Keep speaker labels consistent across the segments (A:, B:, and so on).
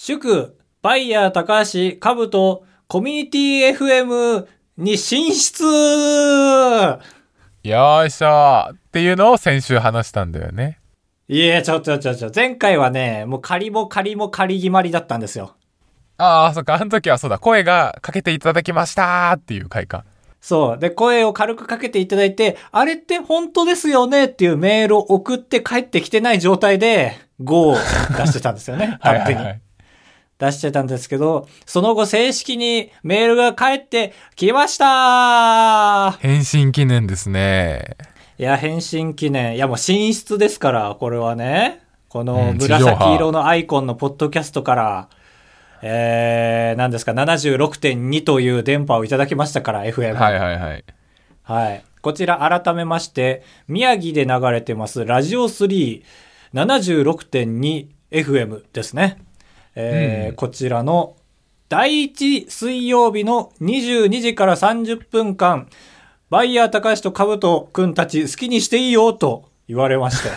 A: 祝、バイヤー高橋、カブと、コミュニティ FM に進出
B: よいしょっていうのを先週話したんだよね。
A: いえ、ちょちょちょちょ、前回はね、もう仮も仮も仮決まりだったんですよ。
B: ああ、そっか、あの時はそうだ、声がかけていただきましたっていう回か。
A: そう。で、声を軽くかけていただいて、あれって本当ですよねっていうメールを送って帰ってきてない状態で、GO を出してたんですよね。
B: は
A: 勝
B: いは
A: 手
B: い
A: に
B: はい。
A: 出してたんですけど、その後正式にメールが返ってきました
B: 返信記念ですね。
A: いや、返信記念。いや、もう寝室ですから、これはね。この
B: うん地
A: 紫
B: 上
A: 色
B: 波
A: のアイコンのポッドキャストから、えー、何ですか、76.2という電波をいただきましたから、FM。
B: はいはい はい。
A: はい。こちら改めまして、宮城で流れてます、ラジオ3、76.2FM ですね。えー
B: うん
A: こちらの第1水曜日の22時から30分間、バイヤー高橋とカブトくんたち好きにしていいよと言われま して、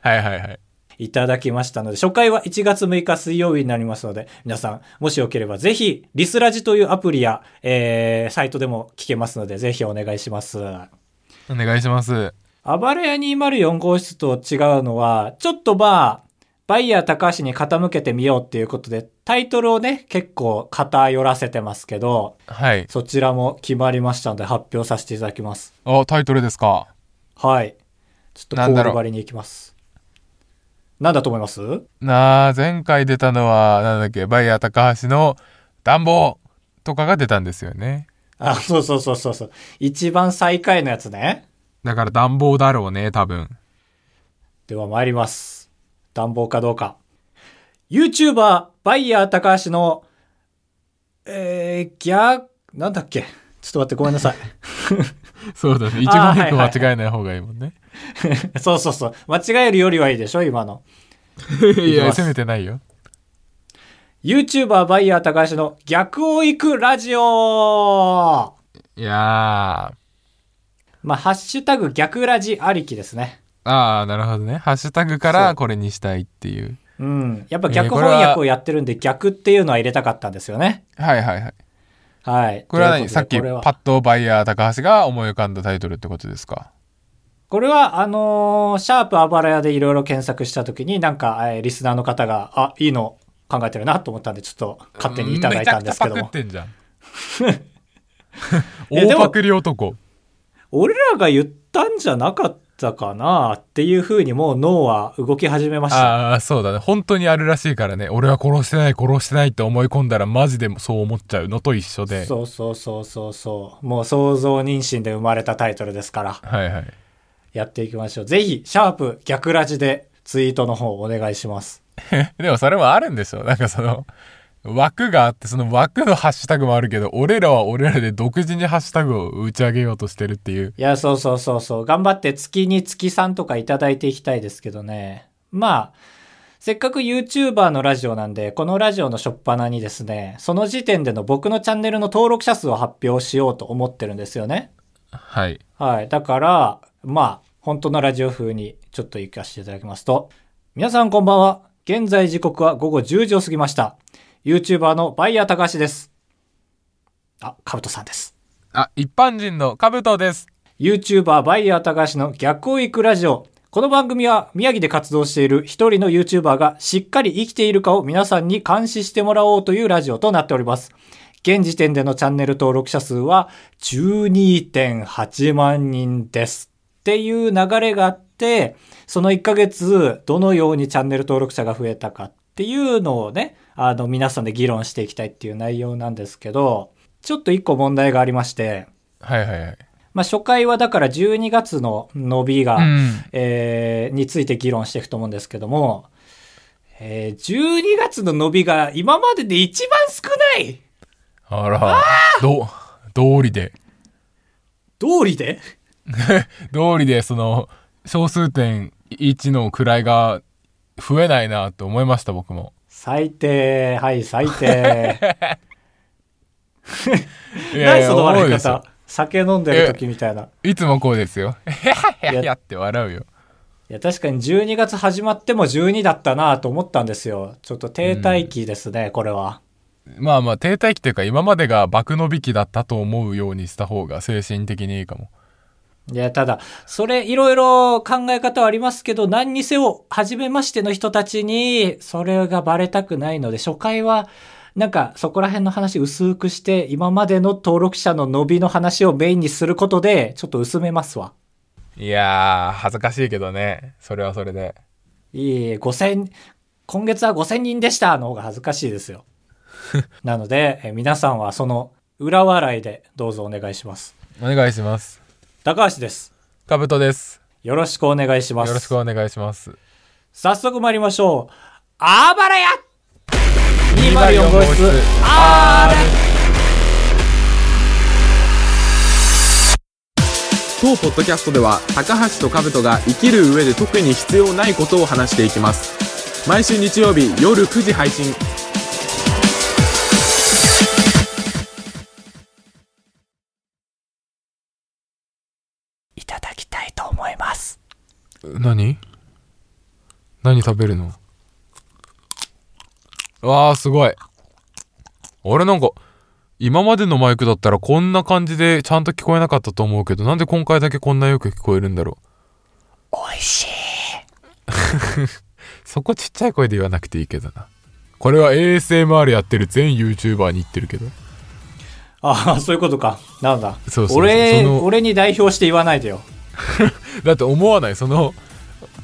B: はいはいはい。
A: いただきましたので、初回は1月6日水曜日になりますので、皆さん、もしよければぜひ、リスラジというアプリや、えーサイトでも聞けますので、ぜひお願いします。
B: お願いします。
A: 暴れ屋204号室と違うのは、ちょっとまあ、バイヤー高橋に傾けてみようっていうことで、タイトルをね、結構偏らせてますけど、
B: はい。
A: そちらも決まりましたので発表させていただきます。
B: あ、タイトルですか。
A: はい。ちょっとコ
B: なんだ
A: ー
B: ろ
A: ル
B: う
A: 張りに行きます。なんだと思います
B: なあ、前回出たのは、なんだっけ、バイヤー高橋の暖房とかが出たんですよね。
A: あ、そうそうそうそうそう。一番最下位のやつね。
B: だから暖房だろうね、多分。
A: では参ります。暖房かどうか。YouTuber、バイヤー高橋の、えー、ギャなんだっけちょっと待って、ごめんなさ い。
B: そうだね。一
A: あー
B: 言
A: はい
B: 一句
A: はい
B: 間違えない方がいいもん ね。
A: そうそうそう。間違えるよりはいいでしょ今の。
B: い
A: いきま
B: や、
A: す
B: 責めてないよ。
A: YouTuber バイヤー高橋の逆を行くラジオ
B: いやー、
A: まあ、ハッシュタグ逆ラジありきですね。
B: ああ、なるほどね。ハッシュタグか
A: そう
B: らこれにしたいっていう。
A: うん。やっぱ
B: えー
A: 逆
B: これは
A: 翻訳をやってるんで逆っていうのは入れたかったんですよね。
B: はいはいはい。
A: はい。
B: これは
A: という
B: 何
A: とで
B: さっき
A: こ
B: パ
A: れは
B: ッとバイヤー高橋が思い浮かんだタイトルってことですか
A: これは、あのーシャープあばら屋でいろいろ検索したときに、なんか、えーリスナーの方が、あ、いいの考えてるなと思ったんで、ちょっと勝手にいただいたんですけど
B: めちゃくちゃパ
A: も。
B: クってんじゃん。
A: いやで
B: 大
A: も
B: パクリ男。
A: 俺らが言ったんじゃなかったかなっていうふうにもう脳は動き始めました。
B: ああ、そうだね。本当にあるらしいからね。俺は殺してない、殺してないって思い込んだらマジでそう思っちゃうのと一緒で。
A: そうそうそうそうそう。もう想像妊娠で生まれたタイトルですから、
B: はいはい。
A: やっていきましょう。ぜひ、シャープ逆ラジでツイートの方お願いします。
B: でもそれもあるんでしょなんかその、枠があって、その枠のハッシュタグもあるけど、俺らは俺らで独自にハッシュタグを打ち上げようとしてるっていう。
A: いや、そうそうそうそう。頑張って月に月3とかいただいていきたいですけどね。まあ、せっかく YouTuber のラジオなんで、このラジオの初っ端にですね、その時点での僕のチャンネルの登録者数を発表しようと思ってるんですよね。
B: はい。
A: はい。だから、まあ、本当のラジオ風にちょっと行かせていただきますと、皆さんこんばんは。現在時刻は午後10時を過ぎました。YouTuber のバイヤー高橋です。あ、カブトさんです。
B: あ、一般人のカブトです。
A: YouTuber バイヤー高橋の逆を行くラジオ。この番組は宮城で活動している一人の YouTuber がしっかり生きているかを皆さんに監視してもらおうというラジオとなっております。現時点でのチャンネル登録者数は12.8万人です。っていう流れがあって、その1ヶ月どのようにチャンネル登録者が増えたかっていうのをね、あの皆さんで議論していきたいっていう内容なんですけど、ちょっと1個問題がありまして、
B: はいはいはい。
A: まあ、初回はだから12月の伸びが、
B: うん。
A: えーについて議論していくと思うんですけども、えー12月の伸びが今までで一番少ない
B: あら、ど、道理で。
A: 道理で
B: 道理で、その、小数点1の位が増えないなと思いました、僕も。
A: 最低、はい、最 低。
B: い
A: 何その
B: 思
A: 笑
B: う
A: い
B: ですよ
A: 方。酒飲んでる時みたいな。
B: いつもこうですよ。
A: や
B: やって笑うよ。
A: いや、確かに12月始まっても12だったなと思ったんですよ。ちょっと停滞期ですね、これは。
B: まあまあ停滞期というか今までが爆伸び期だったと思うようにした方が精神的にいいかも
A: いや、ただ、それいろいろ考え方はありますけど、何にせよ、初めましての人たちに、それがバレたくないので、初回は、なんかそこら辺の話薄くして、今までの登録者の伸びの話をメインにすることで、ちょっと薄めますわ。
B: いやー恥ずかしいけどねそれはそれで
A: いい、5000、今月は5000人でしたの方が恥ずかしいですよ。 なので、え皆さんはその裏笑いでどうぞお願いします。
B: お願いします
A: 高橋です。
B: かぶとです
A: よろしくお願いします。
B: よろしくお願いします
A: 早速参りましょう。あばらや !204 号室、あー
C: 当ポッドキャストでは高橋と兜が生きる上で特に必要ないことを話していきます毎週日曜日夜9時配信
A: いただきたいと思います。
B: 何何食べるのわあすごいあれなんか今までのマイクだったらこんな感じでちゃんと聞こえなかったと思うけどなんで今回だけこんなよく聞こえるんだろ
A: 美味しい。
B: う そこちっちゃい声で言わなくていいけどなこれは ASMR やってる全 YouTuber に言ってるけど
A: ああ、そういうことか。なんだ。
B: そうそうそう
A: 俺、
B: その
A: 俺に代表して言わないでよ。
B: だって思わないその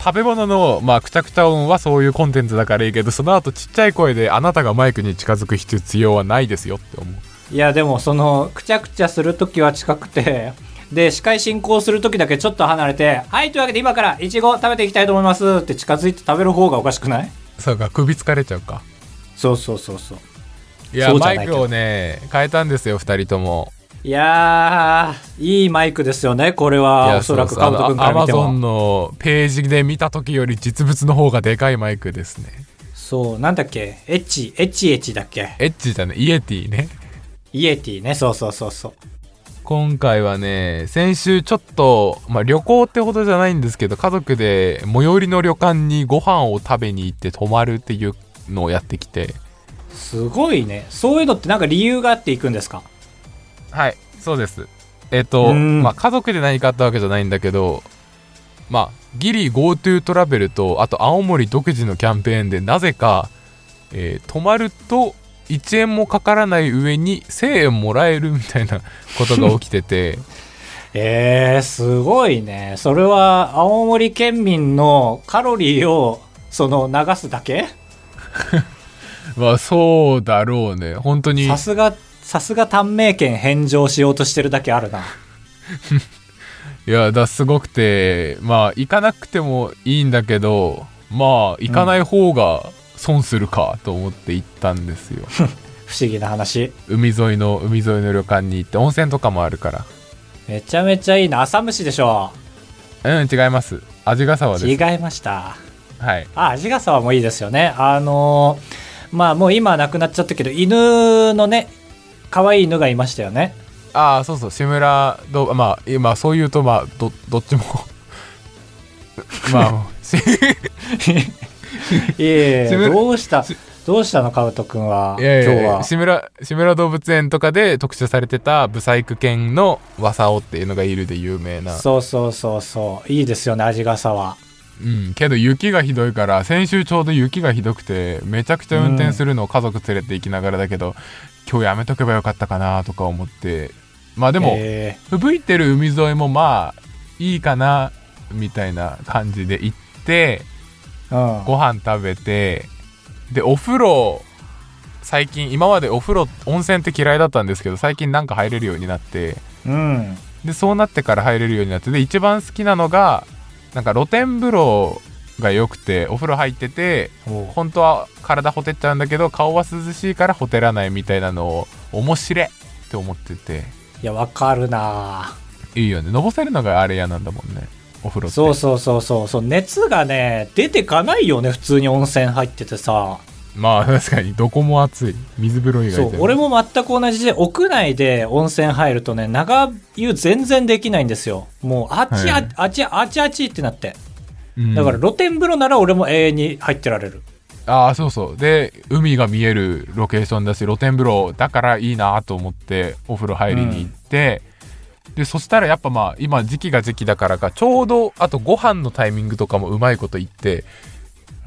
B: 食べ物のまあくちゃくちゃ音はそういうコンテンツだからいいけどその後ちっちゃい声であなたがマイクに近づく必要はないですよって思う
A: いや、でも、その、くちゃくちゃするときは近くて、 で、司会進行するときだけちょっと離れて、はい、というわけで今からイチゴ食べていきたいと思いますって近づいて食べる方がおかしくない
B: そうか首疲れちゃうか
A: そうそうそうそう。
B: いや
A: そうじゃ
B: マ
A: ないけ
B: イ
A: ど
B: クをね変えたんですよ2人とも
A: いやー、いいマイクですよね、これは。おそらく、カブト君から見て
B: アマゾ
A: も。
B: ンのページで見た時より実物の方がでかいマイクですね
A: そう、なんだっけ、エッチ、エッチエッチだっけ。
B: エッチじゃないイエティね
A: イエティね、そうそうそうそう。
B: 今回はね先週ちょっと、まあ、旅行ってほどじゃないんですけど家族で最寄りの旅館にご飯を食べに行って泊まるっていうのをやってきて
A: すごいね。そういうのってなんか理由があっていくんですか
B: はいそうですえっと、
A: うん
B: まあ、家族で何かあったわけじゃないんだけどまあギリ GoTo トラベルとあと青森独自のキャンペーンでなぜか、えー泊まると1円もかからない上に1000円もらえるみたいなことが起き てて
A: えー、すごいね。それは青森県民のカロリーをその流すだけ
B: まあそうだろうね本当に
A: さすが、さすが短命県返上しようとしてるだけあるな。
B: いやだすごくてまあ行かなくてもいいんだけどまあ行かない方が損するかと思って行ったんで すよ、
A: 不思議な話。
B: 海沿いの海沿いの旅館に行って温泉とかもあるか
A: めちゃめちゃいいな。朝飯でしょ。
B: らうん違います味ヶ沢
A: 違
B: で
A: いました。
B: すはい
A: あ、味ヶ沢もいいですよね。あのーまあもう今は亡くなっちゃったけど、犬のね、可愛い犬がいましたよ ね。
B: ああそうそう志村どまあ今そう言うとまあどどっちも まあ し
A: いえい
B: 志
A: え、
B: 村
A: どうした、どうしたの、カウト君は。
B: いやいやいや
A: 今日は。
B: 志村志村動物園とかで特集されてたブサイク犬のワサオっていうのがいるで有名な
A: そうそうそうそう。いいですよね、味笠は。
B: うん、けど雪がひどいから先週ちょうど雪がひどくてめちゃくちゃ運転するのを家族連れて行きながらだけど、今日やめとけばよかったかなとか思ってまあでも、
A: え
B: 吹雪いてる海沿いもまあいいかなみたいな感じで行って
A: ーうん。
B: ご飯食べてでお風呂最近今までお風呂温泉って嫌いだったんですけど最近なんか入れるようになって
A: うん。
B: でそうなってから入れるようになってで一番好きなのがなんか露天風呂が良くてお風呂入ってて
A: おう
B: 本当は体ほてっちゃうんだけど顔は涼しいからほてらないみたいなのを面白いって思ってて
A: いや、わかるなぁ
B: いいよねのぼせるのがあれ嫌なんだもんねお風呂って
A: そうそうそうそうそう。熱がね、出てかないよね、普通に温泉入っててさ。
B: まあ確かにどこも暑い水風呂以
A: そ
B: 外で
A: う、俺も全く同じで、屋内で温泉入るとね、長湯全然できないんですよ。もう、あちあ、
B: はい
A: あちあちあちってなって。
B: うん
A: だから露天風呂なら俺も永遠に入ってられる。
B: ああそうそうで海が見えるロケーションだし露天風呂だからいいなと思ってお風呂入りに行って、でそしたらやっぱまあ今時期が時期だからかちょうどあとご飯のタイミングとかもうまいこと言って、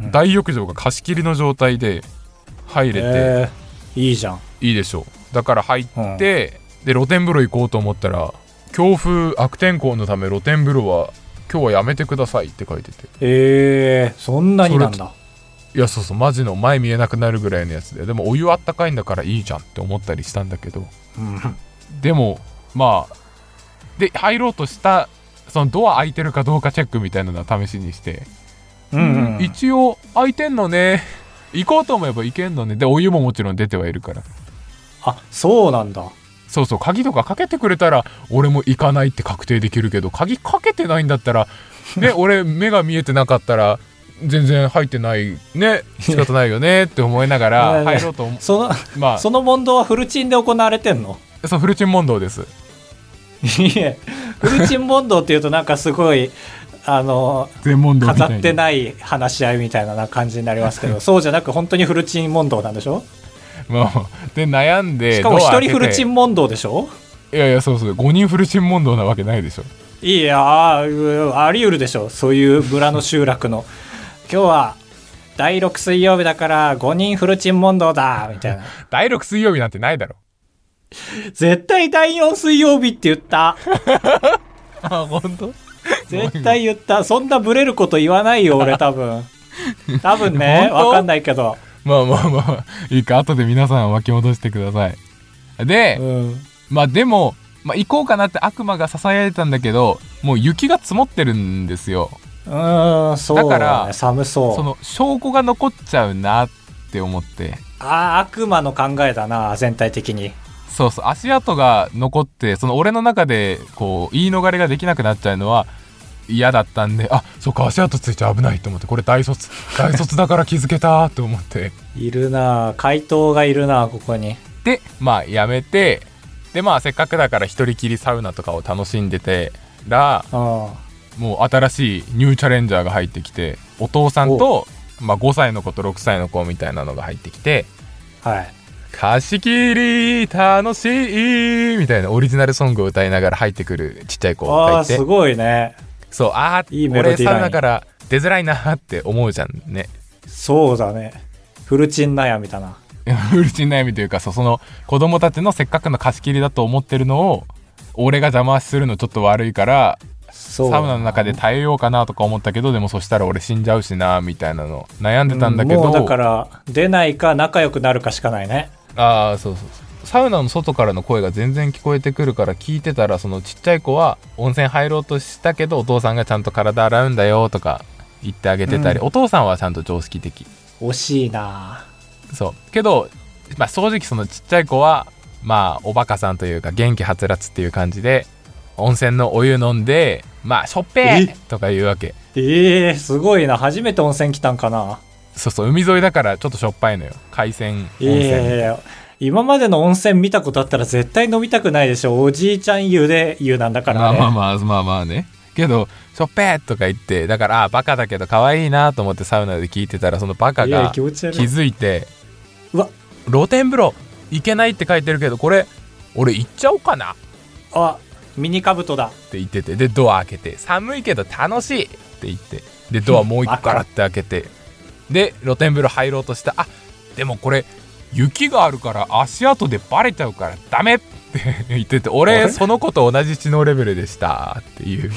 A: うん
B: 大浴場が貸し切りの状態で入れて
A: えーいいじゃん。
B: いいでしょう、だから入って、で露天風呂行こうと思ったら強風悪天候のため露天風呂は今日はやめてくださいって書いてて
A: えー、そんなになんだ。
B: いやそうそうマジの前見えなくなるぐらいのやつででもお湯あったかいんだからいいじゃんって思ったりしたんだけど
A: うん
B: でもまあで入ろうとしたそのドア開いてるかどうかチェックみたいなのは試しにして、
A: うんうん。
B: 一応開いてんのね行こうと思えば行けんのねでお湯ももちろん出てはいるから
A: あ、そうなんだ。
B: そうそう鍵とかかけてくれたら俺も行かないって確定できるけど鍵かけてないんだったら ね俺目が見えてなかったら全然入ってないね仕方ないよねって思いなが
A: いや
B: ら
A: いや
B: 入ろうと思
A: その、
B: ま
A: その問答はフルチンで行われてんの
B: あそうフルチン問答です
A: いえ、フルチン問答っていうとなんかすごい、あの、
B: 全問
A: 飾ってない話し合いみたいな感じになりますけど、そうじゃなく本当にフルチン問答なんでしょ
B: もうで悩んで
A: しかも
B: ドア
A: 一
B: 開け
A: 人
B: て
A: フルチン問答でしょ
B: いやいやそうそう5人フルチン問答なわけないでしょ
A: いやあうあり得るでしょそういう村の集落の今日は第6水曜日だから5人フルチン問答だみたいな
B: 第6水曜日なんてないだろ
A: 絶対第4水曜日って言った
B: あ本当
A: 絶対言ったそんなブレること言わないよ俺多分多分ね
B: 本当
A: わかんないけど、
B: まあまあまあいいか後で皆さん巻き戻してくださいで、
A: うん、
B: まあでも、まあ、行こうかなって悪魔が囁いたんだけどもう雪が積もってるんですよ
A: うーんそうだ、ね、
B: だから
A: 寒そう
B: その証拠が残っちゃうなって思って
A: ああ悪魔の考えだな全体的に
B: そうそう足跡が残ってその俺の中でこう言い逃れができなくなっちゃうのは嫌だったんであそっか足跡ついちゃ危ないと思ってこれ大卒大卒だから気づけたと思って
A: いるな回答がいるなここに
B: でまあやめてでまあせっかくだから一人きりサウナとかを楽しんでてら
A: うん
B: もう新しいニューチャレンジャーが入ってきてお父さんと、まあ、5歳の子と6歳の子みたいなのが入ってきて
A: はい
B: 「貸し切り楽しい」みたいなオリジナルソングを歌いながら入ってくるちっちゃい子
A: あ
B: が
A: あ
B: いて
A: すごいね
B: そうああ
A: いいメロデ
B: 俺
A: ィーライン
B: サウナから出づらいなーって思うじゃんね。
A: そうだねフルチン悩みだな
B: うるち悩みというかそうその子供たちのせっかくの貸し切りだと思ってるのを俺が邪魔するのちょっと悪いから
A: そう
B: サウナの中で耐えようかなとか思ったけどでもそしたら俺死んじゃうしなみたいなの悩んでたんだけど、
A: うんもうだから出ないか仲良くなるかしかないね
B: ああそうそうそうサウナの外からの声が全然聞こえてくるから聞いてたらそのちっちゃい子は温泉入ろうとしたけどお父さんがちゃんと体洗うんだよとか言ってあげてたり、
A: う
B: お父さんはちゃんと常識的
A: 惜しいな
B: そうけど、まあ、正直そのちっちゃい子はまあおバカさんというか元気はつらつっていう感じで温泉のお湯飲んでまあしょっぺ
A: え
B: ーとか言うわけ
A: ええすごいな初めて温泉来たんかな
B: そうそう海沿いだからちょっとしょっぱいのよ海鮮温泉、
A: ええ今までの温泉見たことあったら絶対飲みたくないでしょおじいちゃん湯で湯なんだから、ね
B: まあまあまあまあまあねけど「しょっぺー!」とか言ってだからあーバカだけど可愛いなと思ってサウナで聞いてたらそのバカ
A: いや
B: が
A: 気
B: 気
A: 持ち悪いう
B: づいて
A: わ
B: 「露天風呂行けない」って書いてるけどこれ俺行っちゃおうかなっ
A: あミニカブトだ
B: て言っててでドア開けて「寒いけど楽しい!」って言ってでドアもう一個ガラって開けてで露天風呂入ろうとしたあでもこれ雪があるから足跡でバレちゃうからダメって言ってて
A: あ
B: 俺
A: れ
B: その子と同じ知能レベルでしたっていう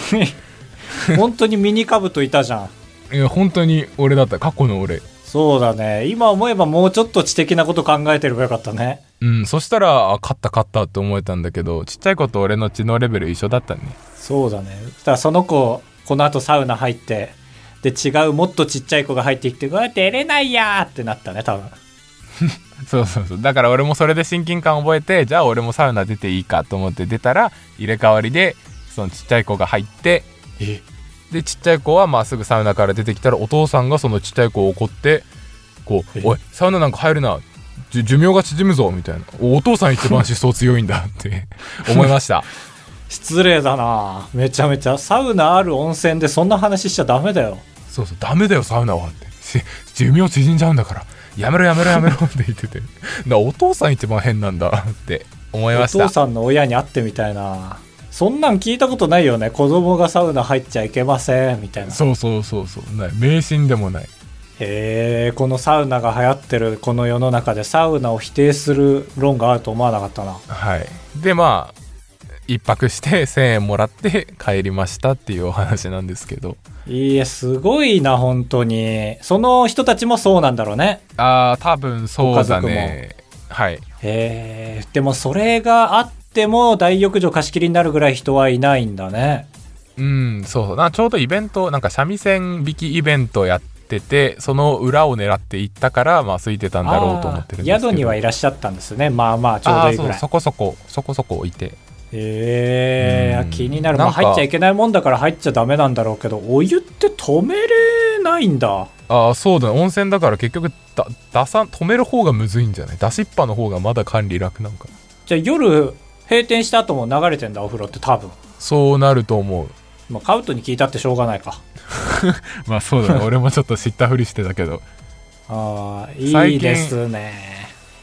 A: 本当にミニカブトいたじゃん
B: いや本当に俺だった過去の俺
A: そうだね今思えばもうちょっと知的なこと考えてればよかったね
B: うんそしたらあ勝った勝ったって思えたんだけどちっちゃい子と俺の知能レベル一緒だったね
A: そうだねだからその子この後サウナ入ってで違うもっとちっちゃい子が入ってきて「うわ出れないや!」ってなったね多分
B: そうそうそうだから俺もそれで親近感覚えてじゃあ俺もサウナ出ていいかと思って出たら入れ替わりでそのちっちゃい子が入ってでちっちゃい子はまあすぐサウナから出てきたらお父さんがそのちっちゃい子を怒ってこう
A: え
B: 「おいサウナなんか入るなじゅ寿命が縮むぞ」みたいな「おお父さん一番思想強いんだ」って 思いました
A: 失礼だなめちゃめちゃサウナある温泉でそんな話しちゃダメだよ
B: そうそうダメだよサウナはってし寿命縮んじゃうんだからやめろやめろ やめろって言っててなお父さん一番変なんだって思い
A: お
B: ました
A: 父さんの親に会ってみたいなそんなん聞いたことないよね子供がサウナ入っちゃいけませんみたいなへ
B: そうそうそうそうない迷信でもない
A: えこのサウナが流行ってるこの世の中でサウナを否定する論があると思わなかったな
B: はいでまあ一泊して1000円もらって帰りましたっていうお話なんですけど
A: いいえすごいな本当にその人たちもそうなんだろうね
B: あー多分そうだねはい
A: へえでもそれがあっても大浴場貸し切りになるぐらい人はいないんだね
B: うんそうそうなちょうどイベントなんか三味線弾きイベントやっててその裏を狙って行ったからまあ空いてたんだろうと思ってるんですけ
A: あ
B: ど
A: ー宿にはいらっしゃったんですねまあまあちょうどいいぐ
B: あー
A: らい
B: そうそこそこそこそこいて
A: え
B: うん
A: ー、気になるまあ
B: なんか
A: 入っちゃいけないもんだから入っちゃダメなんだろうけどお湯って止めれないんだ
B: ああそうだね温泉だから結局だ出さ止める方がむずいんじゃない出しっぱの方がまだ管理楽なんかな
A: じゃあ夜閉店した後も流れてんだお風呂って多分
B: そうなると思う
A: まあカウトに聞いたってしょうがないか
B: まあそうだ ね俺もちょっと知ったふりしてたけど
A: ああ
B: 最
A: いい
B: 近
A: ですね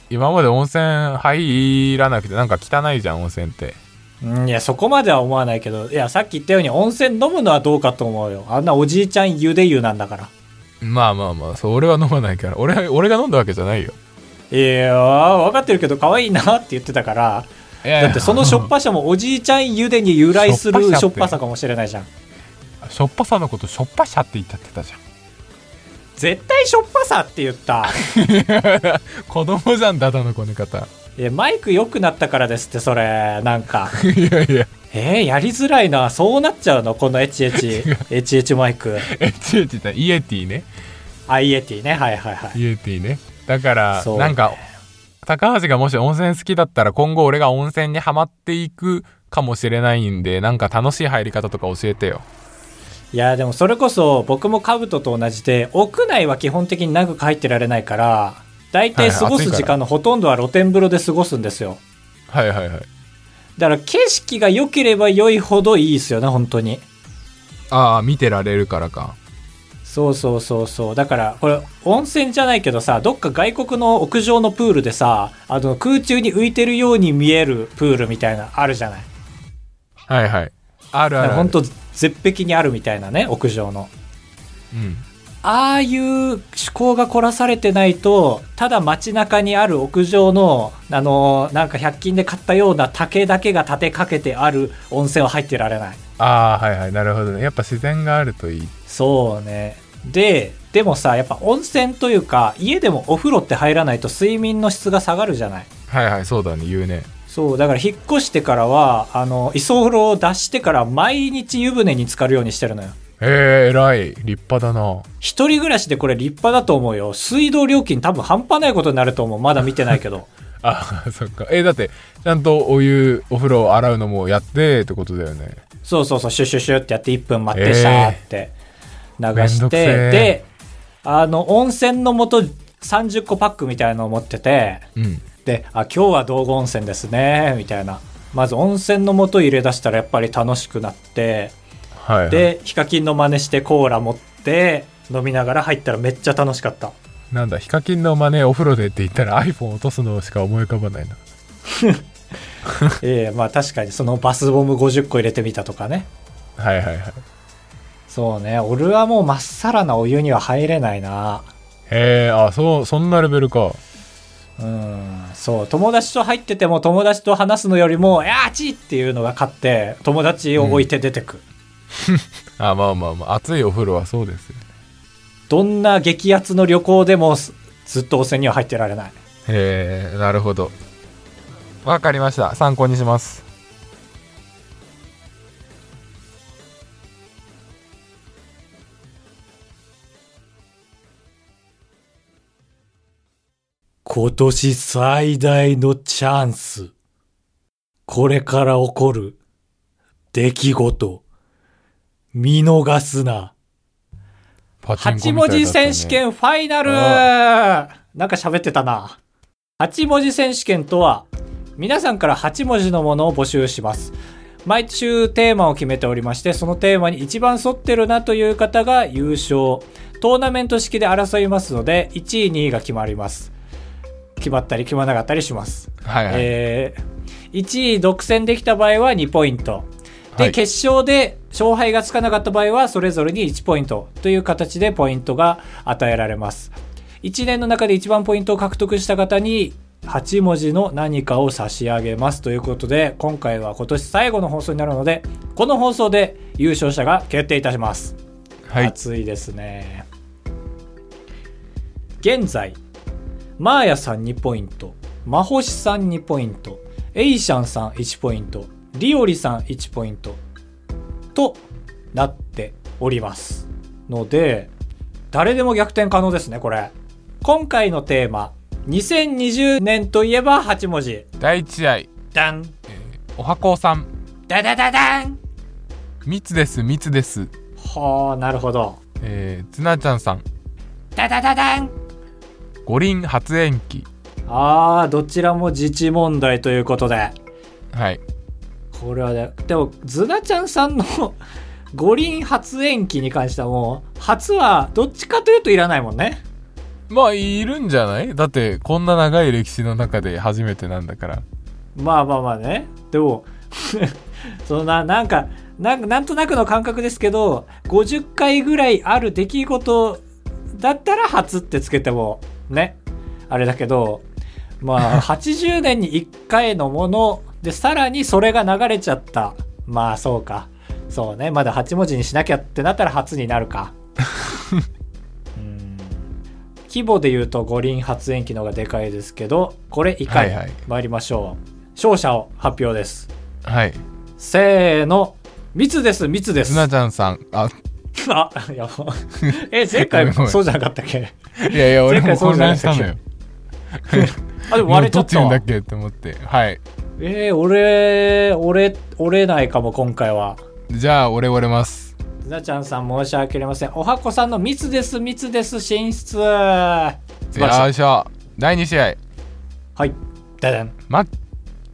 B: 今まで温泉入らなくてなんか汚いじゃん温泉って
A: うんいやそこまでは思わないけどいやさっき言ったように温泉飲むのはどうかと思うよあんなおじいちゃんゆで湯なんだから
B: まあまあまあそう俺は飲まないから俺は俺が飲んだわけじゃないよ
A: いやー分かってるけど可愛いなって言ってたから
B: いやいや
A: だってそのしょっぱさもおじいちゃんゆでに由来する
B: し
A: し
B: ょ
A: ょ
B: っ
A: っ
B: ぱ
A: ぱ
B: さ
A: さかもしれないじゃん
B: しょっぱさのことしょっぱしゃって言っちゃってたじゃん
A: 絶対しょっぱさって言った
B: 子供じゃんダダのこね方
A: いやマイク良くなったからですってそれなんか
B: いやいや
A: えー、やりづらいなそうなっちゃうのこの HHHH マイク
B: えちえちだイエティね
A: IAT ねはいはいはい
B: イエティねだから、
A: そう
B: なんか高橋がもし温泉好きだったら今後俺が温泉にはまっていくかもしれないんでなんか楽しい入り方とか教えてよ
A: いやでもそれこそ僕もカブトと同じで屋内は基本的に長く入ってられないから大体過ご
B: はい
A: す
B: 暑いから
A: 時間のほとんどは露天風呂で過ごすんですよ
B: はいはいはい
A: だから景色が良ければ良いほどいいですよね本当に
B: ああ見てられるからか
A: そうそうそうそうだからこれ温泉じゃないけどさどっか外国の屋上のプールでさあの空中に浮いてるように見えるプールみたいなあるじゃない
B: はいはいあるあるあ
A: 本
B: る
A: 当絶壁にあるみたいなね屋上の
B: うん
A: ああいう趣向が凝らされてないとただ街中にある屋上のあのなんか100均で買ったような竹だけが立てかけてある温泉は入ってられない
B: ああはいはいなるほどねやっぱ自然があるといい
A: そうねででもさやっぱ温泉というか家でもお風呂って入らないと睡眠の質が下がるじゃない
B: はいはいそうだね言うね
A: そうだから引っ越してからはあの磯風呂を出してから毎日湯船に浸かるようにしてるのよ
B: ええー、偉い立派だな
A: 一人暮らしでこれ立派だと思うよ水道料金多分半端ないことになると思うまだ見てないけ ど
B: あそっかえだってちゃんとお湯お風呂を洗うのもやってってことだよね
A: そうそうそうシュッシュッシュッってやって1分待っ
B: えー
A: てシャーって流
B: めんど
A: し
B: くせ
A: て、
B: え
A: であの温泉の素30個パックみたいのを持ってて
B: うん
A: であ今日は道後温泉ですねみたいなまず温泉の素入れ出したらやっぱり楽しくなって
B: はい、はい、
A: でヒカキンの真似してコーラ持って飲みながら入ったらめっちゃ楽しか った
B: なんだヒカキンの真似お風呂でって言ったら iPhone 落とすのしか思い浮かばないな
A: ええまあ確かにそのバスボム50個入れてみたとかね
B: はいはいはい
A: そうね俺はもうまっさらなお湯には入れないな
B: へえあそうそんなレベルか
A: うんそう友達と入ってても友達と話すのよりも「あっち!」っていうのが勝って友達を置いて出てく、
B: あまあまあまあ暑いお風呂はそうですよ
A: どんな激アツの旅行でもすずっと温泉には入ってられない
B: へえなるほどわかりました参考にします
A: 今年最大のチャンス。これから起こる出来事。見逃すな。
B: パチンコ
A: 8
B: みた
A: 文
B: いだったね
A: 字選手権ファイナルなんか喋ってたな。8文字選手権とは、皆さんから8文字のものを募集します。毎週テーマを決めておりまして、そのテーマに一番沿ってるなという方が優勝。トーナメント式で争いますので、1位、2位が決まります。決まったり決まらなかったりします。
B: はいはい、
A: えー1位独占できた場合は2ポイント。で、
B: はい
A: 決勝で勝敗がつかなかった場合はそれぞれに1ポイントという形でポイントが与えられます。1年の中で一番ポイントを獲得した方に8文字の何かを差し上げますということで今回は今年最後の放送になるのでこの放送で優勝者が決定いたします。
B: はい
A: 暑いですね現在マーヤさん2ポイントマホシさん2ポイントエイシャンさん1ポイントリオリさん1ポイントとなっておりますので誰でも逆転可能ですねこれ今回のテーマ2020年といえば8文字
B: 第1試合
A: ダン
B: おはこうさん
A: ダダダダン
B: 密です密です
A: はあなるほど
B: えー、つなちゃんさん
A: ダダダダン
B: 五輪発延期
A: ああどちらも自治問題ということで
B: はい
A: これはねでもズナちゃんさんの 五輪発煙機に関してはもう初はどっちかというといらないもんね
B: まあいるんじゃないだってこんな長い歴史の中で初めてなんだから
A: まあまあまあねでも そんななんかなんかなんとなくの感覚ですけど50回ぐらいある出来事だったら初ってつけてもねあれだけど まあ80年に1回のものでさらにそれが流れちゃったまあそうかそうねまだ8文字にしなきゃってなったら初になる かうん規模で言うと五輪発煙機の方がでかいですけどこれ以下に
B: はいはい
A: 参りましょう、勝者を発表です
B: はい
A: せーの密です密です
B: つなちゃんさんあ
A: あやばえ前回もそうじゃなかったっけ
B: いやいや俺も
A: 前回そう
B: 混
A: じゃな
B: 乱
A: い
B: したのよ
A: あでも割れちゃった
B: もうどっち言うんだ
A: わ
B: っけって思ってはい
A: えー、俺俺折れないかも今回は
B: じゃあ俺折れます
A: ずなちゃんさん申し訳ありませんおはこさんの密です密です進出素晴ら
B: よ
A: しい
B: いしょ第2試合
A: はいダダン
B: マッ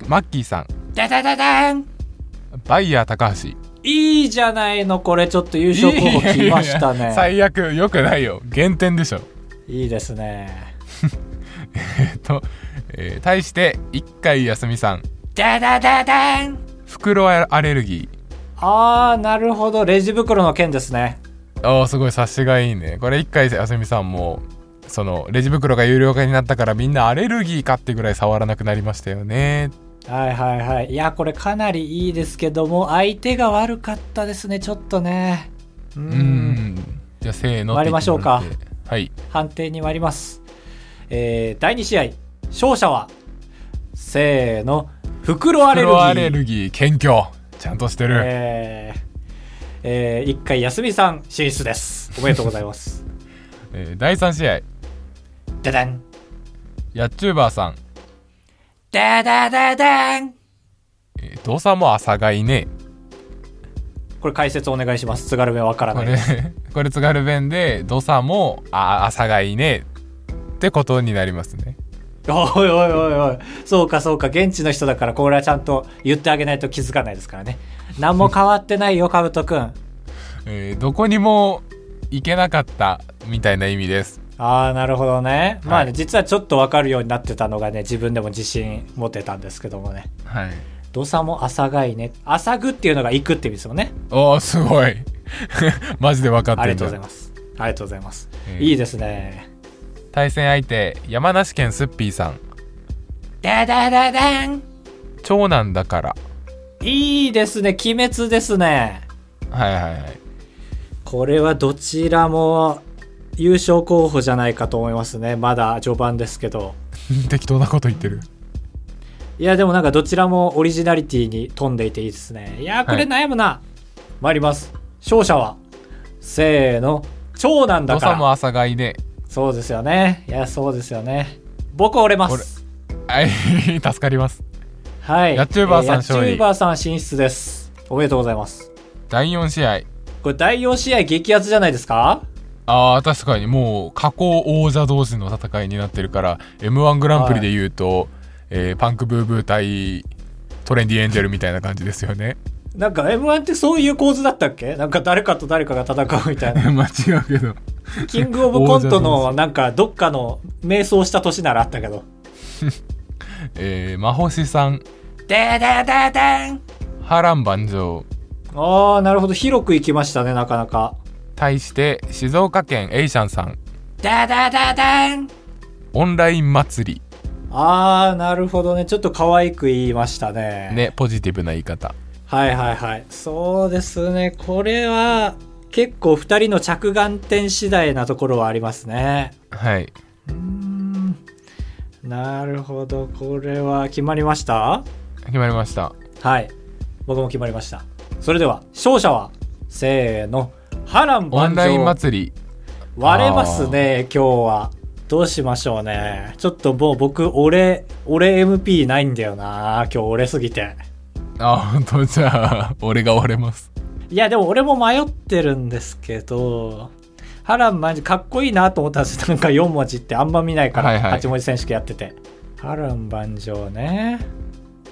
B: マッキーさん
A: ダダダダン
B: バイヤー高橋
A: いいじゃないのこれちょっと優
B: いや
A: 勝
B: い
A: 候補
B: やいや
A: きましたね
B: 最悪よくないよ減点でしょ
A: いいですね
B: えっと、えー対して一回休みさん
A: ダダダダン
B: 袋アレルギ
A: あーなるほどレジ袋の件ですね
B: ーあーすごい察しがいいねこれ一回休みさんもそのレジ袋が有料化になったからみんなアレルギーかってぐらい触らなくなりましたよね
A: はいはいはいいやこれかなりいいですけども相手が悪かったですねちょっとねうー
B: うんんじゃあせーの
A: 参りましょうか
B: って言ってもらってはい
A: 判定に参りますえー、第2試合勝者はせーの袋アレルギ
B: 袋
A: ー
B: アレルギー謙虚ちゃんとしてる、
A: えーえー一回休みさん進出ですおめでとうございます
B: えー第3試合
A: ダダン
B: ヤッチューバーさん
A: ダダダダン
B: えー動作も朝がいね
A: これ解説お願いします津軽弁わから
B: こ
A: ない
B: れこれ 津軽弁で土佐もあ朝がいいねってことになりますね
A: おいおいおいおいそうかそうか現地の人だからこれはちゃんと言ってあげないと気づかないですからね何も変わってないよかぶとくんあ
B: えーどこにも行けなかったみたいな意味です
A: あなるほどね、まあ
B: は
A: ね
B: い
A: 実はちょっと分かるようになってたのがね自分でも自信持てたんですけどもね
B: はい
A: 土佐も朝がいいね朝ぐっていうのが行くって意味ですよね
B: おーすごい マジで分かって
A: あ
B: る
A: りがとうございますありがとうございます、
B: えー
A: いいですね
B: 対戦相手山梨県すっぴーさん
A: ダダダダン
B: 長男だから
A: いいですね鬼滅ですね
B: はいはいはい
A: これはどちらも優勝候補じゃないかと思いますねまだ序盤ですけど
B: 適当なこと言ってる
A: いやでもなんかどちらもオリジナリティに富んでいていいですねいやーこれ
B: はい
A: 悩むな、参ります勝者はせーの長男だ
B: 土
A: か
B: 佐も
A: ら
B: 朝がいいね
A: そうですよねいやそうですよね僕折れます
B: はい 助かります
A: はい
B: ヤッチューバーさん
A: え
B: 勝利
A: ヤッチューバーさん進出ですおめでとうございます
B: 第4試合
A: これ第4試合激アツじゃないですか
B: あー確かにもう加工王者同士の戦いになってるから m 1グランプ リで言うと、えーパンクブーブー対トレンディエンジェルみたいな感じですよね
A: なんか M1 ってそういう構図だったっけなんか誰かと誰かが戦うみ たいな。
B: まあ違うけど
A: キングオブコントのなんかどっかの瞑想した年ならあったけど。
B: えー、真星さん
A: でーでーでーでーん
B: 波乱万丈
A: あー、なるほど。広く行きましたね、なかなか。
B: 対して静岡県エイシャンさん
A: でーでーでーでーん
B: オンライン祭り
A: あー、なるほどね。ちょっと可愛く言いましたね。。
B: ねポジティブな言い方
A: はいはいはい。そうですね。これは、結構二人の着眼点次第なところはありますね。
B: はいう
A: ーん。なるほど。これは決まりました
B: 決まりました
A: はい。僕も決まりました。それでは、勝者は、せーの、波乱
B: オ
A: 万
B: ンライン
A: 丈。
B: 祭り
A: 割れますね、今日は。どうしましょうね。ちょっともう僕、俺、俺 MP ないんだよな。今日俺すぎて。
B: あ本当 じゃあ俺が折れます
A: いや、でも俺も迷ってるんですけど、波乱万丈、かっこいいなと思ったんですよ。なんか4文字ってあんま見ないから、
B: はいはい
A: 8文字選手権やってて。波乱万丈ね。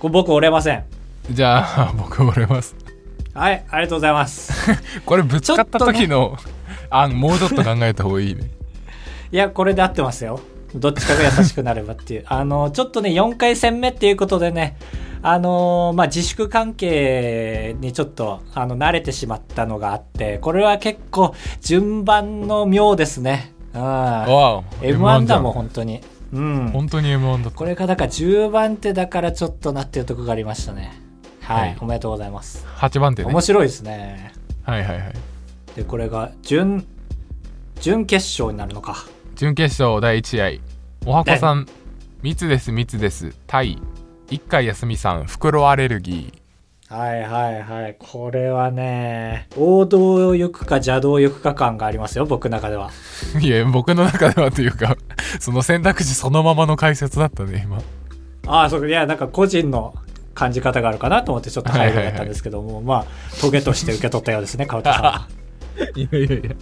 A: これ僕折れません。
B: じゃあ 僕折れます
A: はい、ありがとうございます。
B: これぶつかった時の、あもうちょっと考えた方がいい ね
A: いや、これで合ってますよ。どっちかが優しくなればっていう。 あの、ちょっとね、4回戦目っていうことでね、あのまあ、自粛関係にちょっと、あの、慣れてしまったのがあって、これは結構、順番の妙ですね。うん。
B: わあ
A: M1 だもん
B: ん
A: 本当にうん
B: 本当に M1 だった
A: これがだから10番手だからちょっとなっていうとこがありましたねはい、
B: はい
A: おめでとうございます
B: 8番手ね
A: 面白いですね
B: はいはいはい
A: でこれが準準決勝になるのか
B: 準決勝第1試合おはこさん「密です密です」対一回休みさん袋アレルギ
A: はいはいはいこれはね王道を行くか邪道を行くか感がありますよ僕の中では
B: ー いや僕の中ではというか その選択肢そのままの解説だったね今
A: ああそうかいやなんか個人の感じ方があるかなと思ってちょっと配慮だったんですけども、まあトゲとして受け取ったよう ですね川田さん
B: いやいやいや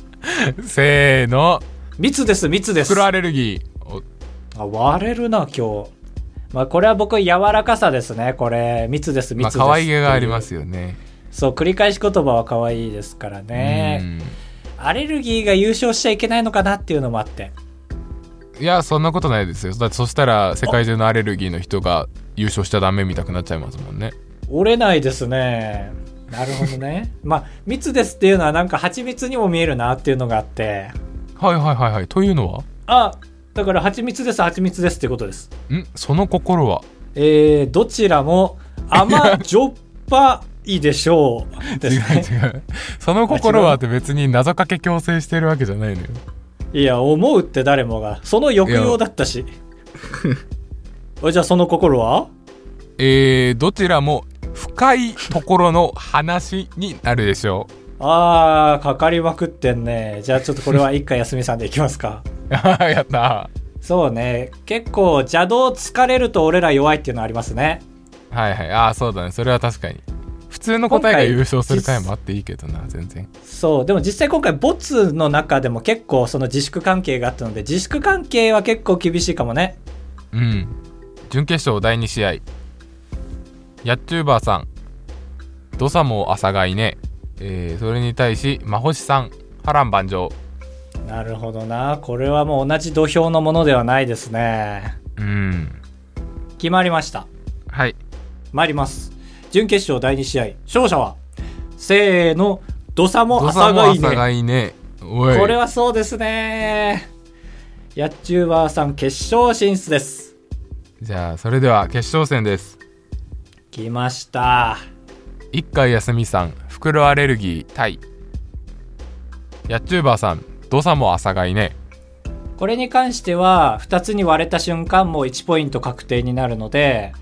B: せーの
A: 密です密です
B: 袋アレルギーお
A: あ割れるな今日、まあ、これは僕柔らかさですねこれ密です密
B: ま
A: で
B: あ
A: す
B: 可愛げがあります
A: よ
B: よね
A: そう繰り返し言葉は可愛いですから
B: う
A: ね
B: ん
A: アレルギーが優勝しちゃいけないのかなっていうのもあって
B: いやそんなことないですよだってそしたら世界中のアレルギーの人が優勝しちゃダメみたくなっちゃいますもんね
A: 折れないですねなるほどね まあ密ですっていうのはなんか蜂蜜にも見えるなっていうのがあって
B: はいはいはいはいというのは
A: あだから蜂蜜です蜂蜜ですってことです
B: んその心は
A: えー、どちらも甘じょっぱいでしょうで
B: 違う
A: すね
B: 違う その心はって別に謎かけ強制してるわけじゃないのよ
A: いや、思うって誰もが。その抑揚だったし。おいじゃあその心は
B: えー、どちらも深いところの話になるでしょ
A: あー、かかりまくってんね。じゃあちょっとこれは一回休みさんでいきますか。
B: うあ ーやった
A: そうね。結構邪道疲れると俺ら弱いっていうのありますね。
B: はいはいああそうだねそれは確かに普通の答えが優勝する回もあっていいけどな全然
A: そう。でも実際今回ボツの中でも結構その自粛関係があったので、自粛関係は結構厳しいかもね。
B: うん準決勝第2試合やっちゅうばーさん土佐も朝がいね、えーそれに対しまほしさん波乱万丈
A: なるほどな。これはもう同じ土俵のものではないですね。
B: うん
A: 決まりました。
B: はい
A: 参ります準決勝第2試合勝者はせーの土佐も
B: 土
A: 朝
B: 佐も
A: がいい
B: 朝
A: ね
B: がいねおい
A: これはそうですねやっちゅうばーさん決勝進出です
B: じゃあそれでは決勝戦です
A: 来ました
B: 一回休みさん袋アレルギー対やっちゅうばーさん土佐も朝がいね
A: これに関しては2つに割れた瞬間もう1ポイント確定になるので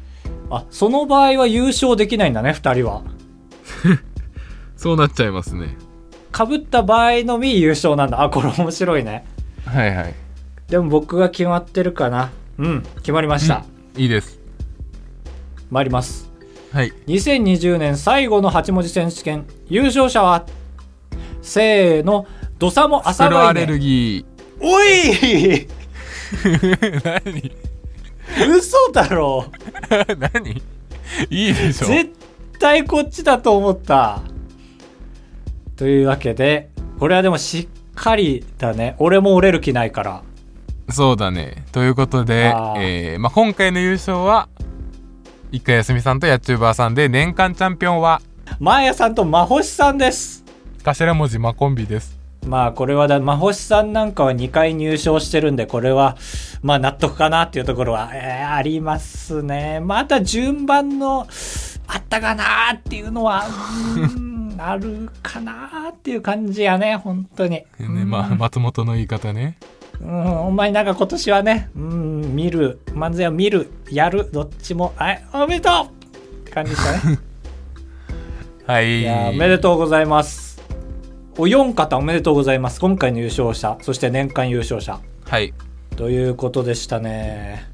A: あその場合は優勝できないんだね2人は
B: そうなっちゃいますね
A: かぶった場合のみ優勝なんだあこれ面白いね
B: はいはい
A: でも僕が決まってるかなうん決まりました
B: いいです
A: 参ります
B: はい
A: 2020年最後の8文字選手権優勝者はせーの土佐も朝
B: 袋
A: が
B: ア
A: い
B: レ
A: い、ね、
B: ルギ
A: おい
B: ー何
A: 嘘だろ
B: 何いいでしょ
A: 絶対こっちだと思った。というわけで、これはでもしっかりだね。俺も折れる気ないから。
B: そうだね。ということで
A: あ、ー
B: えーまあ、今回の優勝は、一回休みさんとやっちゅうばーさんで、年間チャンピオンは、
A: マーヤさんとマホシさんです。
B: 頭文字マコンビです。
A: まあこれはだ、まほしさんなんかは2回入賞してるんで、これは、まあ納得かなっていうところは、えーありますね。また順番の、あったかなっていうのは、うーんあるかなっていう感じやね、本当に。
B: ね、まあ、松本の言い方ね。
A: うん、お前なんか今年はね、うん、見る、漫才を見る、やる、どっちも、はい、おめでとうって感じでしたね。
B: はい。
A: いやーおめでとうございます。お四方おめでとうございます。今回の優勝者、そして年間優勝者。
B: はい。
A: ということでしたね。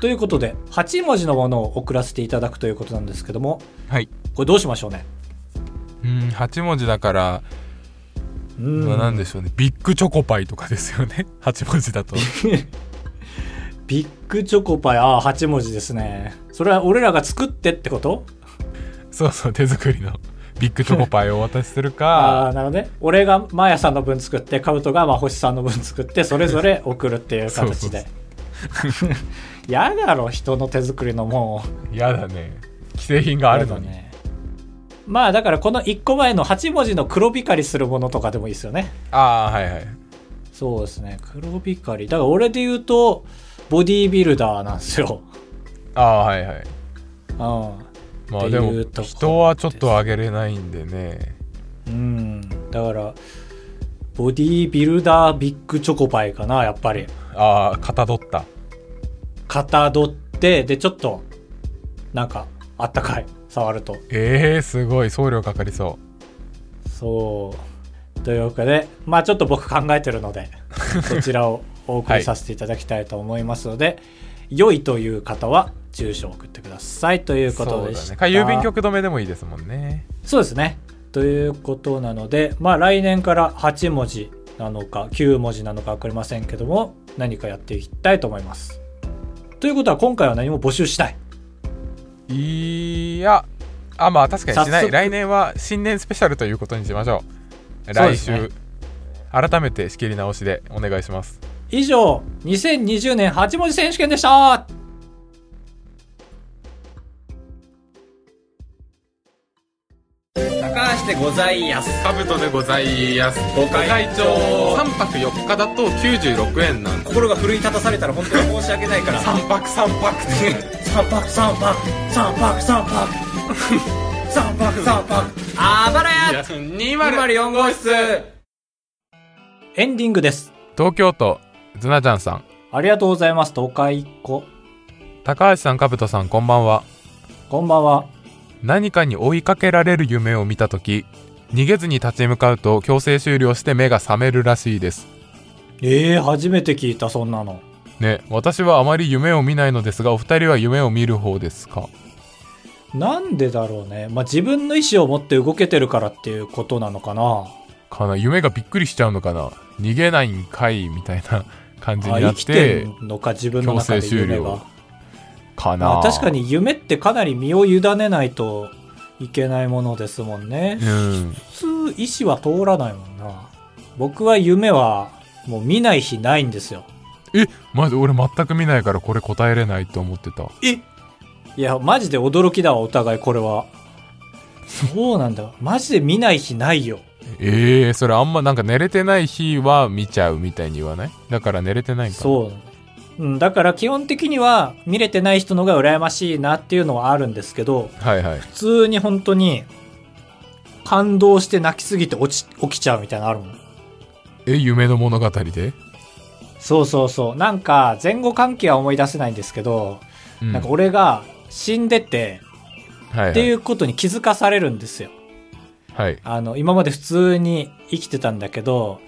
A: ということで、8文字のものを送らせていただくということなんですけども、
B: はい。
A: これどうしましょうね。
B: うん、8文字だから、
A: う
B: まあ
A: ん。
B: なんでしょうね。ビッグチョコパイとかですよね。8文字 だと。
A: ビッグチョコパイ、ああ、8文字ですね。それは俺らが作ってってこと
B: そうそう、手作りの ビッグチョコパイをお渡しする
A: あ
B: か
A: あ、、なので、俺がマーヤさんの分作って、カブトがまあ星さんの分作って、それぞ れ送るっていう形で。やだろ、人の手作りのもん。
B: やだね。既製品があるのに。
A: やだね。まあだからこの1個前の8文字の黒光りするものとかでもいいですよね。
B: ああ、はいはい。
A: そうですね黒光りだから俺で言うとボディービルダーなんですよ、
B: ああ、はいはい。
A: う
B: ま
A: っ
B: あ
A: てい
B: で
A: う
B: も
A: とこです
B: 人はちょっと上げれないんでね
A: ん、うん、だからボディービルダービッグチョコパイかなやっぱり
B: ああかたどった
A: かたどってでちょっとなんかあったかい触ると
B: えー、すごい送料かかりそ
A: そうというわけでまあちょっと僕考えてるの でそちらをお送りさせていただきたいと思いますので、良いという方は住所を送ってくださいといううことでし
B: そうだ
A: た
B: ねか郵便局止めでもいいですもんね
A: そうですね。ということなので、まあ来年から8文字なのか9文字なのか分かりませんけども、何かやっていきたいと思います。ということは今回は何も募集したい。
B: いやあまあ確かにしな
A: 早
B: い
A: 速
B: 来年は新年スペシャルということにしましょう
A: そうで
B: 来
A: す
B: 週
A: ね
B: 改めて仕切り直しでお願いします
A: 以上、2020年8文字選手権でした
C: 高橋でございやす
B: カブトでございますご
C: 会長
B: 3泊4日だと96円なんで
C: 心が奮い立たされたら本当に申し訳ないから三泊三泊って
D: 三泊三泊三泊三 泊三泊三泊
C: あばらや204
B: 204
C: 号室
A: エンディングです。
B: 東京都ズナちゃんさん
A: ありがとうございます。東海っ子。
B: 高橋さんカブトさんこんばんは
A: こんばんは。
B: 何かに追いかけられる夢を見た時逃げずに立ち向かうと強制終了して目が覚めるらしいです
A: ええー、初めて聞いた、そんなの。
B: ね私はあまり夢を見ないのですがお二人は夢を見る方ですか
A: なんでだろうね。まあ自分の意思を持って動けてるからっていうことなのかな。
B: かな夢がびっくりしちゃうのかな逃げないんかいみたいな感じ
A: あ
B: にな
A: 生
B: っ
A: きて
B: て
A: んのか、自分の中
B: 強制
A: で
B: 終了
A: 夢が。
B: か
A: ま
B: な
A: あ、確かに夢ってかなり身を委ねないといけないものですもんね
B: う。ん
A: 普通、意思は通らないもんな。僕は夢はもう見ない日ないんですよ。
B: えマジ俺全く見ないからこれ答えれないと思ってた
A: えいや、マジで驚きだわ、お互いこれは。そうなんだ。マジで見ない日ないよ。
B: えー、それあんまなんか寝れてない日は見ちゃうみたいに言わないだから寝れてないんかな
A: そう。うん、だから基本的には見れてない人の方が羨ましいなっていうのはあるんですけど、
B: はいはい
A: 普通に本当に感動して泣きすぎて落ち起きちゃうみたいなのあるもん。
B: え夢の物語で、
A: そうそうそう。なんか、前後関係は思い出せないんですけど、
B: うん
A: なんか俺が死んでて、
B: はいはい、
A: っていうことに気づかされるんですよ。
B: はい。
A: あの、今まで普通に生きてたんだけど、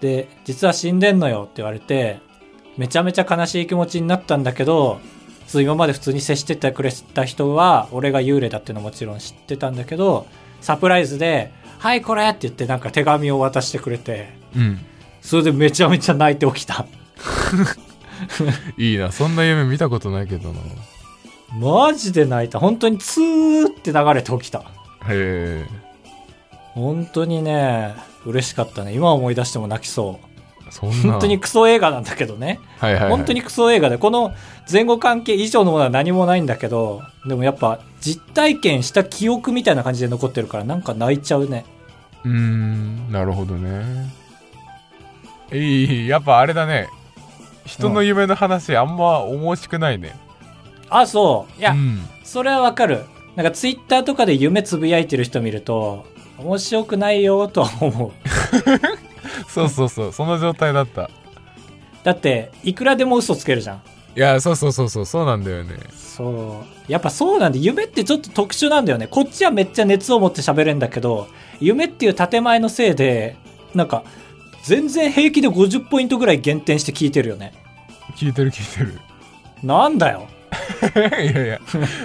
A: で、実は死んでんのよって言われて、めちゃめちゃ悲しい気持ちになったんだけど、そう今まで普通に接しててくれた人は、俺が幽霊だっていうのもちろん知ってたんだけど、サプライズで、はい、これって言ってなんか手紙を渡してくれて、
B: うん。
A: それでめちゃめちゃ泣いて起きた。
B: いいな。そんな夢見たことないけどな。
A: マジで泣いた。本当にツーって流れて起きた。
B: へえ
A: 本当にね、嬉しかったね。今思い出しても泣きそう。
B: そんな
A: 本当にクソ映画なんだけどね。
B: はいはいはい
A: 本当にクソ映画で、この前後関係以上のものは何もないんだけど、でもやっぱ実体験した記憶みたいな感じで残ってるから、なんか泣いちゃうね。
B: うーんなるほどねいいやっぱあれだね人の夢の話あんま面しくないね
A: あ、そう。いや、
B: うん
A: それはわかる。なんかツイッターとかで夢つぶやいてる人見ると、面白くないよとは思う。
B: そうそうそうその状態だった
A: だって、いくらでも嘘つけるじゃん。
B: いやそうそうそうそうそうなんだよね
A: そう。やっぱそうなんで、夢ってちょっと特殊なんだよね。こっちはめっちゃ熱を持って喋れんだけど、夢っていう建前のせいで、なんか、全然平気で50ポイントぐらい減点して聞いてるよね。
B: 聞いてる聞いてる
A: なんだよ。
B: いやいや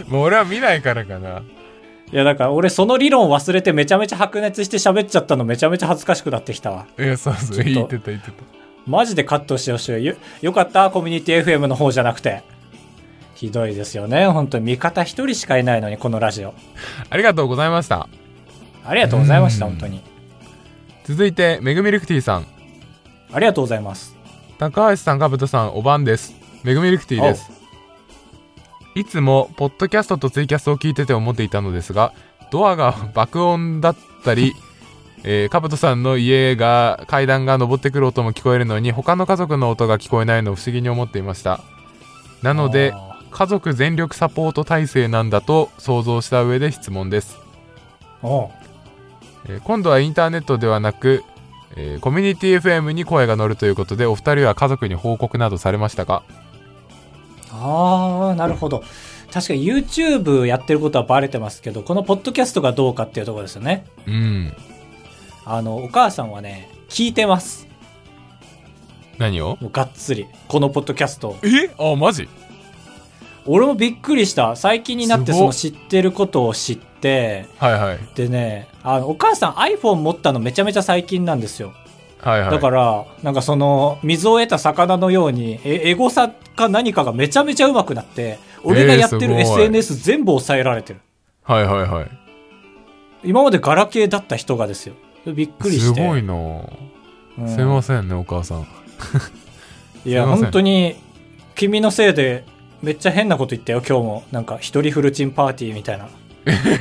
B: もう俺は見ないからかない
A: や、だから俺その理論忘れてめちゃめちゃ白熱して喋っちゃったのめちゃめちゃ恥ずかしくなってきたわ。
B: いやそうそう
A: ちょっと
B: 言ってた言ってた
A: マジでカットしてほしいよ。よかった、コミュニティ FM の方じゃなくて。ひどいですよね。本当に味方一人しかいないのに、このラジオ。
B: ありがとうございました
A: ありがとうございました、
B: うん
A: 本当に。
B: 続いてめぐみルクティさん
A: ありがとうございます。
B: 高橋さんかぶとさんおばんですめぐみルクティですいつもポッドキャストとツイキャストを聞いてて思っていたのですがドアが爆音だったりえー、かぶとさんの家が階段が上ってくる音も聞こえるのに他の家族の音が聞こえないのを不思議に思っていましたなので
A: あ
B: 家族全力サポート体制なんだと想像した上で質問です
A: ーおう
B: えー今度はインターネットではなく、えーコミュニティ FM に声が乗るということでお二人は家族に報告などされましたか
A: あー、なるほど。確かに YouTube やってることはバレてますけど、このポッドキャストがどうかっていうところですよね。
B: うん
A: あの、お母さんはね、聞いてます。
B: 何を
A: もうがっつり。このポッドキャストを
B: えあマジ
A: 俺もびっくりした。最近になって
B: す
A: そ
B: ご
A: の
B: っ
A: 知ってることを知って、
B: はいはい
A: でね、あの、お母さん iPhone 持ったのめちゃめちゃ最近なんですよ。
B: はいはい
A: だから、なんかその、水を得た魚のように、えエゴサか何かがめちゃめちゃうまくなって、俺がやってる
B: えーすごい
A: SNS 全部抑えられてる。
B: はいはいはい
A: 今までガラケーだった人がですよ。びっくり
B: す
A: して。
B: ごいな、
A: うん
B: すいませんねお母さん
A: いや、
B: すいません
A: 本当に、君のせいで、めっちゃ変なこと言ったよ、今日も。なんか、一人フルチンパーティーみたいな。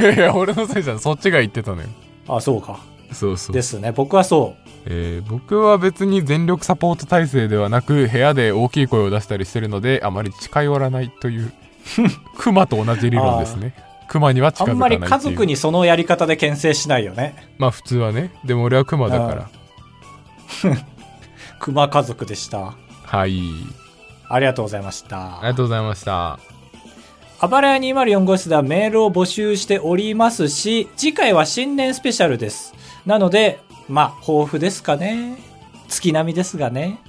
B: いや俺のせいじゃんそっちが言ってたね
A: あ、そうか。
B: そうそう
A: ですね。僕はそう。
B: えー僕は別に全力サポート体制ではなく部屋で大きい声を出したりしてるのであまり近寄らないという クマと同じ理論ですねクマには近
A: あ
B: づか
A: ん
B: な
A: ま
B: いって
A: り
B: いう
A: 家族にそのやり方で牽制しないよね。
B: まあ普通はねでも俺はクマだから
A: 熊家族でした。
B: はい
A: ありがとうございまし
B: あ
A: た
B: り。がとうございました
A: あばらや204号室ではメールを募集しておりますし、次回は新年スペシャルです。なので、まあ、抱負ですかね。月並みですがね。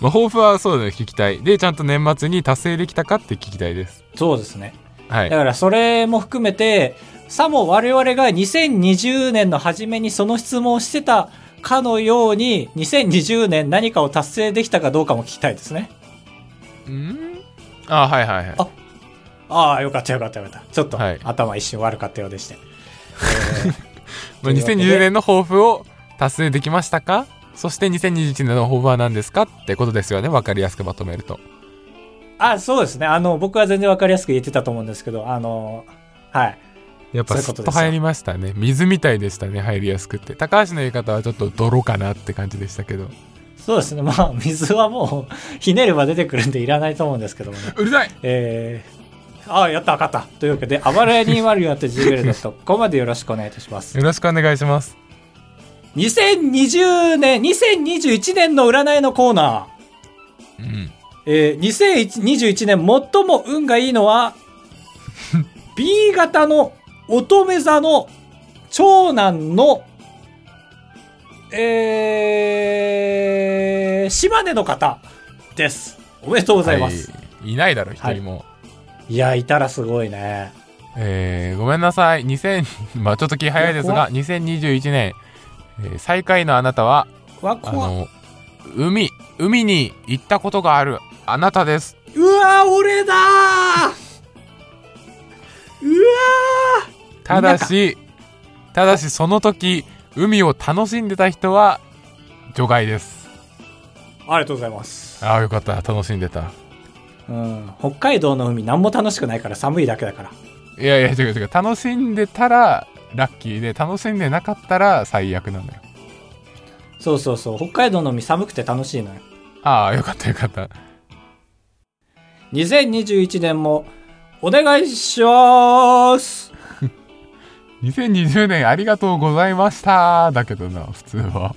B: まあ抱負はそうだね聞きたいでちゃんと年末に達成できたかって聞きたいです
A: そうですね。
B: は
A: だ
B: い
A: からそれも含めて、さも我々が2020年の初めにその質問をしてたかのように、2020年何かを達成できたかどうかも聞きたいですね。
B: うんあはいはいはい
A: あああ、よかったよかったよかった。ちょっと、
B: はい
A: 頭一瞬悪かったようでして。
B: まあ、2020年の抱負を達成できましたかそして2021年の抱負は何ですかってことですよね分かりやすくまとめると
A: あ、そうですね。あの、僕は全然わかりやすく言ってたと思うんですけど、あの、はい。
B: やっ
A: そ
B: ぱ
A: ういう
B: す
A: こ
B: っ
A: と
B: と
A: ですよ
B: 入りましたね水みたいでしたね入りやすくって高橋の言い方はちょっと泥かなって感じでしたけど
A: そうですね。まあ、 水はもう、ひねれば出てくるんでいらないと思うんですけどもね。
B: うるさい
A: えー、ああ、やった、分かった。というわけで、あばらや204ってジグルですと、ここまでよろしくお願いいたします。
B: よろしくお願いします
A: 2020年、2021年の占いのコーナー。
B: うん
A: えー、2021年最も運がいいのは、B 型の乙女座の長男の、えー、島根の方です。おめでとうございます。
B: はい、いないだろ一人も、
A: い、や、いたらすごいね。
B: えー、ごめんな さい2000まあちょっと気早いです
A: いや
B: が2021年、えー最下位のあなたは
A: わ、
B: あ
A: 怖っ
B: の海海に行ったことがあるあなたです
A: うわー、俺だーうわー
B: ただし、ただしその時、海を楽しんでた人は、除外です。
A: ありがとうございます。
B: ああ、よかった。楽しんでた。
A: うん。北海道の海何も楽しくないから寒いだけだから。
B: いやいや、違う違う。楽しんでたら、ラッキーで、楽しんでなかったら、最悪なんだよ。
A: そうそうそう。北海道の海寒くて楽しいのよ。
B: ああ、よかったよかった。
A: 2021年もお願いします
B: 2020年ありがとうございましただけどな普通は